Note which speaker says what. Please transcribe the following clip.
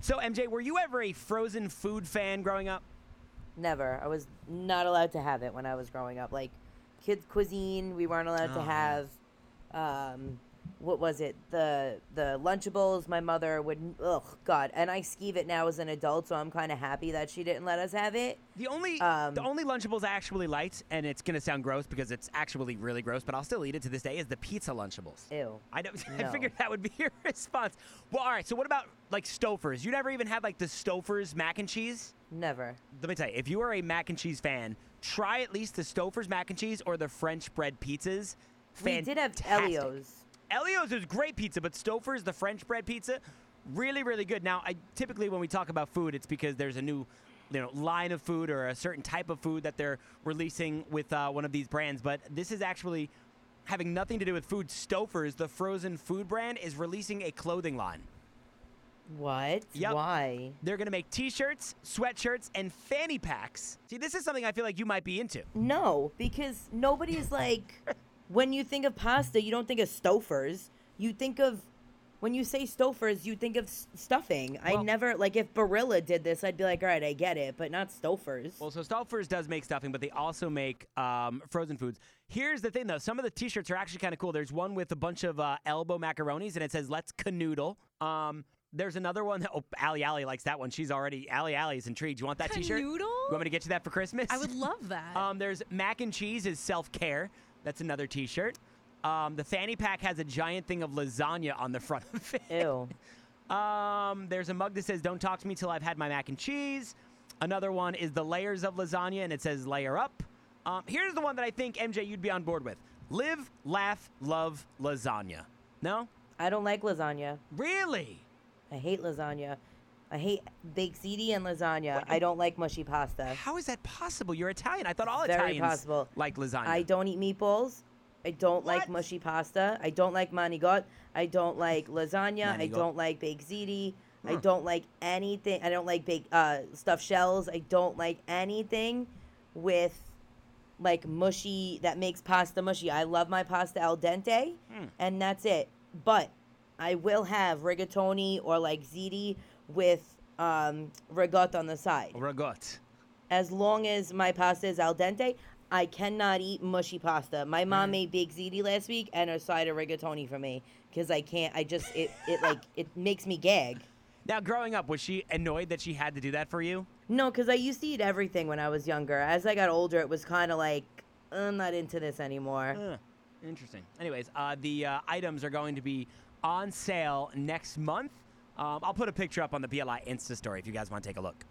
Speaker 1: So, MJ, were you ever a frozen food fan growing up?
Speaker 2: Never. I was not allowed to have it when I was growing up. Like kids cuisine, we weren't allowed to
Speaker 1: Oh.
Speaker 2: have. Um, what was it? The the Lunchables. My mother would. Ugh, God. And I skeeve it now as an adult, so I'm kind of happy that she didn't let us have it.
Speaker 1: The only
Speaker 2: Um,
Speaker 1: the only Lunchables I actually liked, and it's gonna sound gross because it's actually really gross, but I'll still eat it to this day, is the pizza Lunchables.
Speaker 2: Ew.
Speaker 1: I don't. I
Speaker 2: No.
Speaker 1: figured that would be your response. Well, all right. So, what about like Stouffer's? You never even had like the Stouffer's mac and cheese.
Speaker 2: Never.
Speaker 1: Let me tell you, if you are a mac and cheese fan, try at least the Stouffer's mac and cheese or the French bread pizzas.
Speaker 2: We did have
Speaker 1: Fantastic.
Speaker 2: Elio's.
Speaker 1: Elio's is great pizza, but Stouffer's, the French bread pizza, really, really good. Now, I typically when we talk about food, it's because there's a new, you know, line of food or a certain type of food that they're releasing with uh, one of these brands. But this is actually having nothing to do with food. Stouffer's, the frozen food brand, is releasing a clothing line.
Speaker 2: What?
Speaker 1: Yep.
Speaker 2: Why?
Speaker 1: They're gonna make T-shirts, sweatshirts, and fanny packs. See, this is something I feel like you might be into.
Speaker 2: No, because nobody's like when you think of pasta, you don't think of Stouffer's. You think of when you say Stouffer's, you think of s- stuffing. I
Speaker 1: Well-
Speaker 2: never like if Barilla did this, I'd be like, all right, I get it, but not Stouffer's.
Speaker 1: Well, so Stouffer's does make stuffing, but they also make um, frozen foods. Here's the thing, though. Some of the T-shirts are actually kind of cool. There's one with a bunch of uh, elbow macaronis, and it says "Let's canoodle." Um, there's another one. That, oh, Allie Allie likes that one. She's already Allie Allie is intrigued. You want that T-shirt?
Speaker 3: Canoodle?
Speaker 1: You want me to get you that for Christmas?
Speaker 3: I would love that.
Speaker 2: Uh,
Speaker 1: Um, there's mac and cheese is self care. That's another T-shirt. Um, the fanny pack has a giant thing of lasagna on the front of it.
Speaker 2: Ew.
Speaker 1: Um, there's a mug that says "Don't talk to me till I've had my mac and cheese." Another one is the layers of lasagna, and it says "Layer up." Um, here's the one that I think MJ you'd be on board with: live, laugh, love lasagna. No,
Speaker 2: I don't like lasagna.
Speaker 1: really?
Speaker 2: I hate lasagna. I hate baked ziti and lasagna. I don't like mushy pasta.
Speaker 1: How is that possible? You're Italian. I thought all
Speaker 2: Very
Speaker 1: Italians
Speaker 2: possible.
Speaker 1: like lasagna.
Speaker 2: I don't eat meatballs. I don't like
Speaker 1: What?
Speaker 2: mushy pasta. I don't like manigot. I don't like lasagna. I
Speaker 1: Manigot.
Speaker 2: don't like baked ziti. I don't like anything. I don't like baked uh, stuffed shells. I don't like anything with like mushy that makes pasta mushy. I love my pasta al dente,
Speaker 1: Hmm.
Speaker 2: and that's it. But I will have rigatoni or like ziti with um, ricotta on the side
Speaker 1: Ragout.
Speaker 2: as long as my pasta is al dente, I cannot eat mushy pasta. My mom made baked ziti last week and a side of rigatoni for me because I can't. I just it it like it makes me gag.
Speaker 1: Now, growing up, was she annoyed that she had to do that for you?
Speaker 2: No, because I used to eat everything when I was younger. As I got older, it was kind of like I'm not into this anymore.
Speaker 1: Huh. Interesting. Anyways, uh, the uh, items are going to be on sale next month. Um, I'll put a picture up on the BLI Insta story if you guys want to take a look.